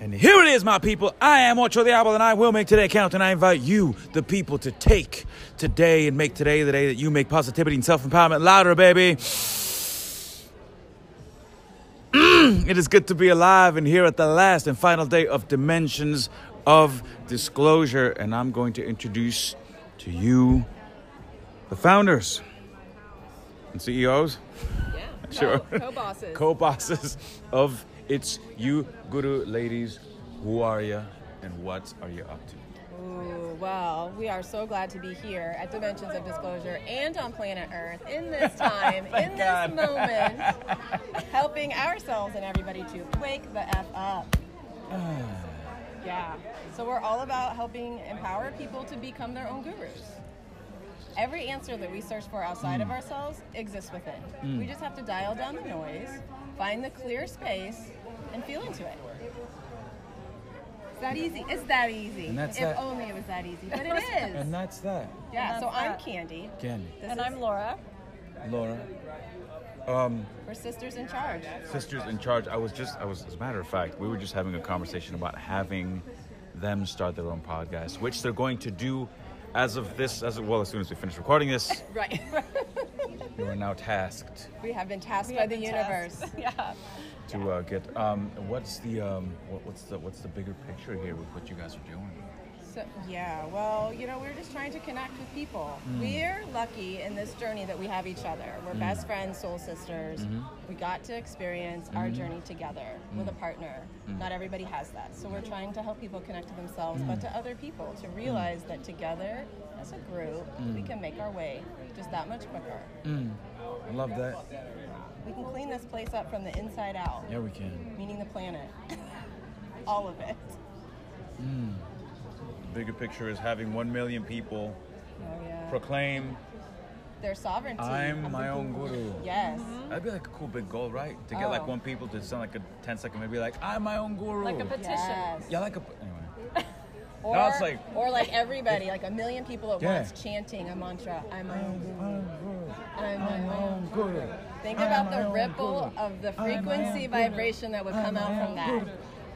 And here it is, my people. I am Ocho Diablo, and I will make today count. And I invite you, the people, to take today and make today the day that you make positivity and self empowerment louder, baby. Mm, It is good to be alive and here at the last and final day of Dimensions of Disclosure. And I'm going to introduce to you the founders and E CEOs, Yeah. Sure. Co bosses. co bosses of It's You Guru Ladies. Who are you and what are you up to? Ooh, well, we are so glad to be here at Dimensions of Disclosure and on planet Earth in this time, in this God. moment, helping ourselves and everybody to wake the F up. yeah. So we're all about helping empower people to become their own gurus. Every answer that we search for outside Hmm. of ourselves exists within. We just have to dial down the noise, find the clear space, and feel into it. It's that easy. It's that easy. And that's if that. only it was that easy, but it is. And that's that. yeah. and So that's I'm that. Candy. Candy, This And is- I'm Laura. Laura, we're sisters in charge. sisters in charge. I was just, I was, as a matter of fact, we were just having a conversation about having them start their own podcast, which they're going to do as of this, as well, as soon as we finish recording this. Right. You are now tasked we have been tasked We by have the been universe. tasked. yeah. to uh, get. Um, what's the um, what, what's the what's the bigger picture here with what you guys are doing? So, yeah, well, you know, we're just trying to connect with people. We're lucky in this journey that we have each other. We're best friends, soul sisters. We got to experience our journey together with a partner. Not everybody has that. So we're trying to help people connect to themselves, but to other people, to realize that together as a group, we can make our way just that much quicker. I love that. We can clean this place up from the inside out, Yeah, we can. meaning the planet, all of it. The bigger picture is having one million people Oh, yeah. proclaim, Their sovereignty. "I'm of the my own people. guru." Yes. That'd be like a cool big goal, right? To get Oh. like one people to sound like a 10 second maybe like, "I'm my own guru." Like a petition. Yes. yeah, like a anyway. Or, No, it's like- or like everybody, like a million people at Yeah. once chanting a mantra. I'm my own guru. Think I'm my own guru. Think about the ripple of the frequency vibration that would come out from that.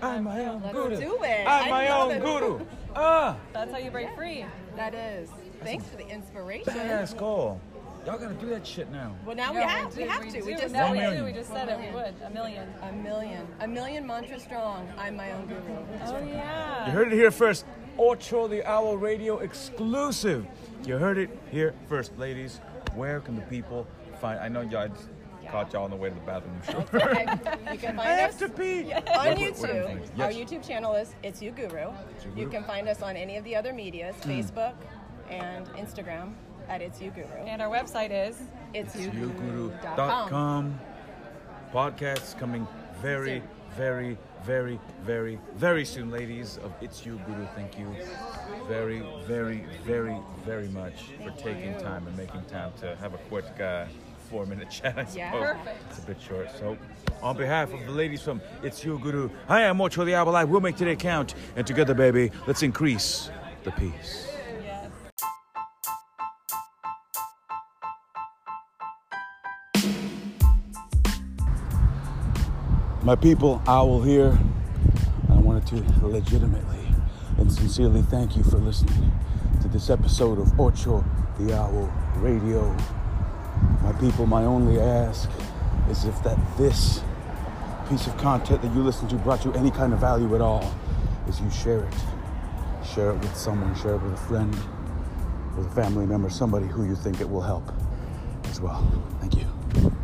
I'm my own Let's guru. do it. I'm I my love own it. guru. Ah, That's how you break free. That is. Thanks for the inspiration. badass goal. Y'all gotta do that shit now. Well, now we Yeah, have. We, do, have to. do. We just now One we said it. do. million. We just said it. We would. A million. A million. A million mantra strong. I'm my own guru. Oh You yeah. heard it here first. Ocho the Owl Radio exclusive. You heard it here first, ladies. Where can the people find? I know y'all just caught y'all on the way to the bathroom. I'm sure. Okay, you can I find have us to pee. on Wait, wait, wait, YouTube. wait. Our Yes. YouTube channel is It's You Guru. It's You You Guru. Mm. can find us on any of the other medias, Facebook and Instagram at It's You Guru. And our website is It's You Guru.com. youguru.com. Podcasts coming very, Soon. very, very, very, very soon, ladies. Of it's you, Guru. Thank you very, very, very, very much for taking time and making time to have a quick uh, four-minute chat. I Yeah. suppose. Perfect. It's a bit short. So, on behalf of the ladies from It's You, Guru, I am Ocho Diablo. I will make today count, and together, baby, let's increase the peace. yes. My people, Owl here. I wanted to legitimately and sincerely thank you for listening to this episode of Ocho the Owl Radio. My people, my only ask is if that this piece of content that you listened to brought you any kind of value at all, is you share it. Share it with someone, share it with a friend, with a family member, somebody who you think it will help as well. Thank you.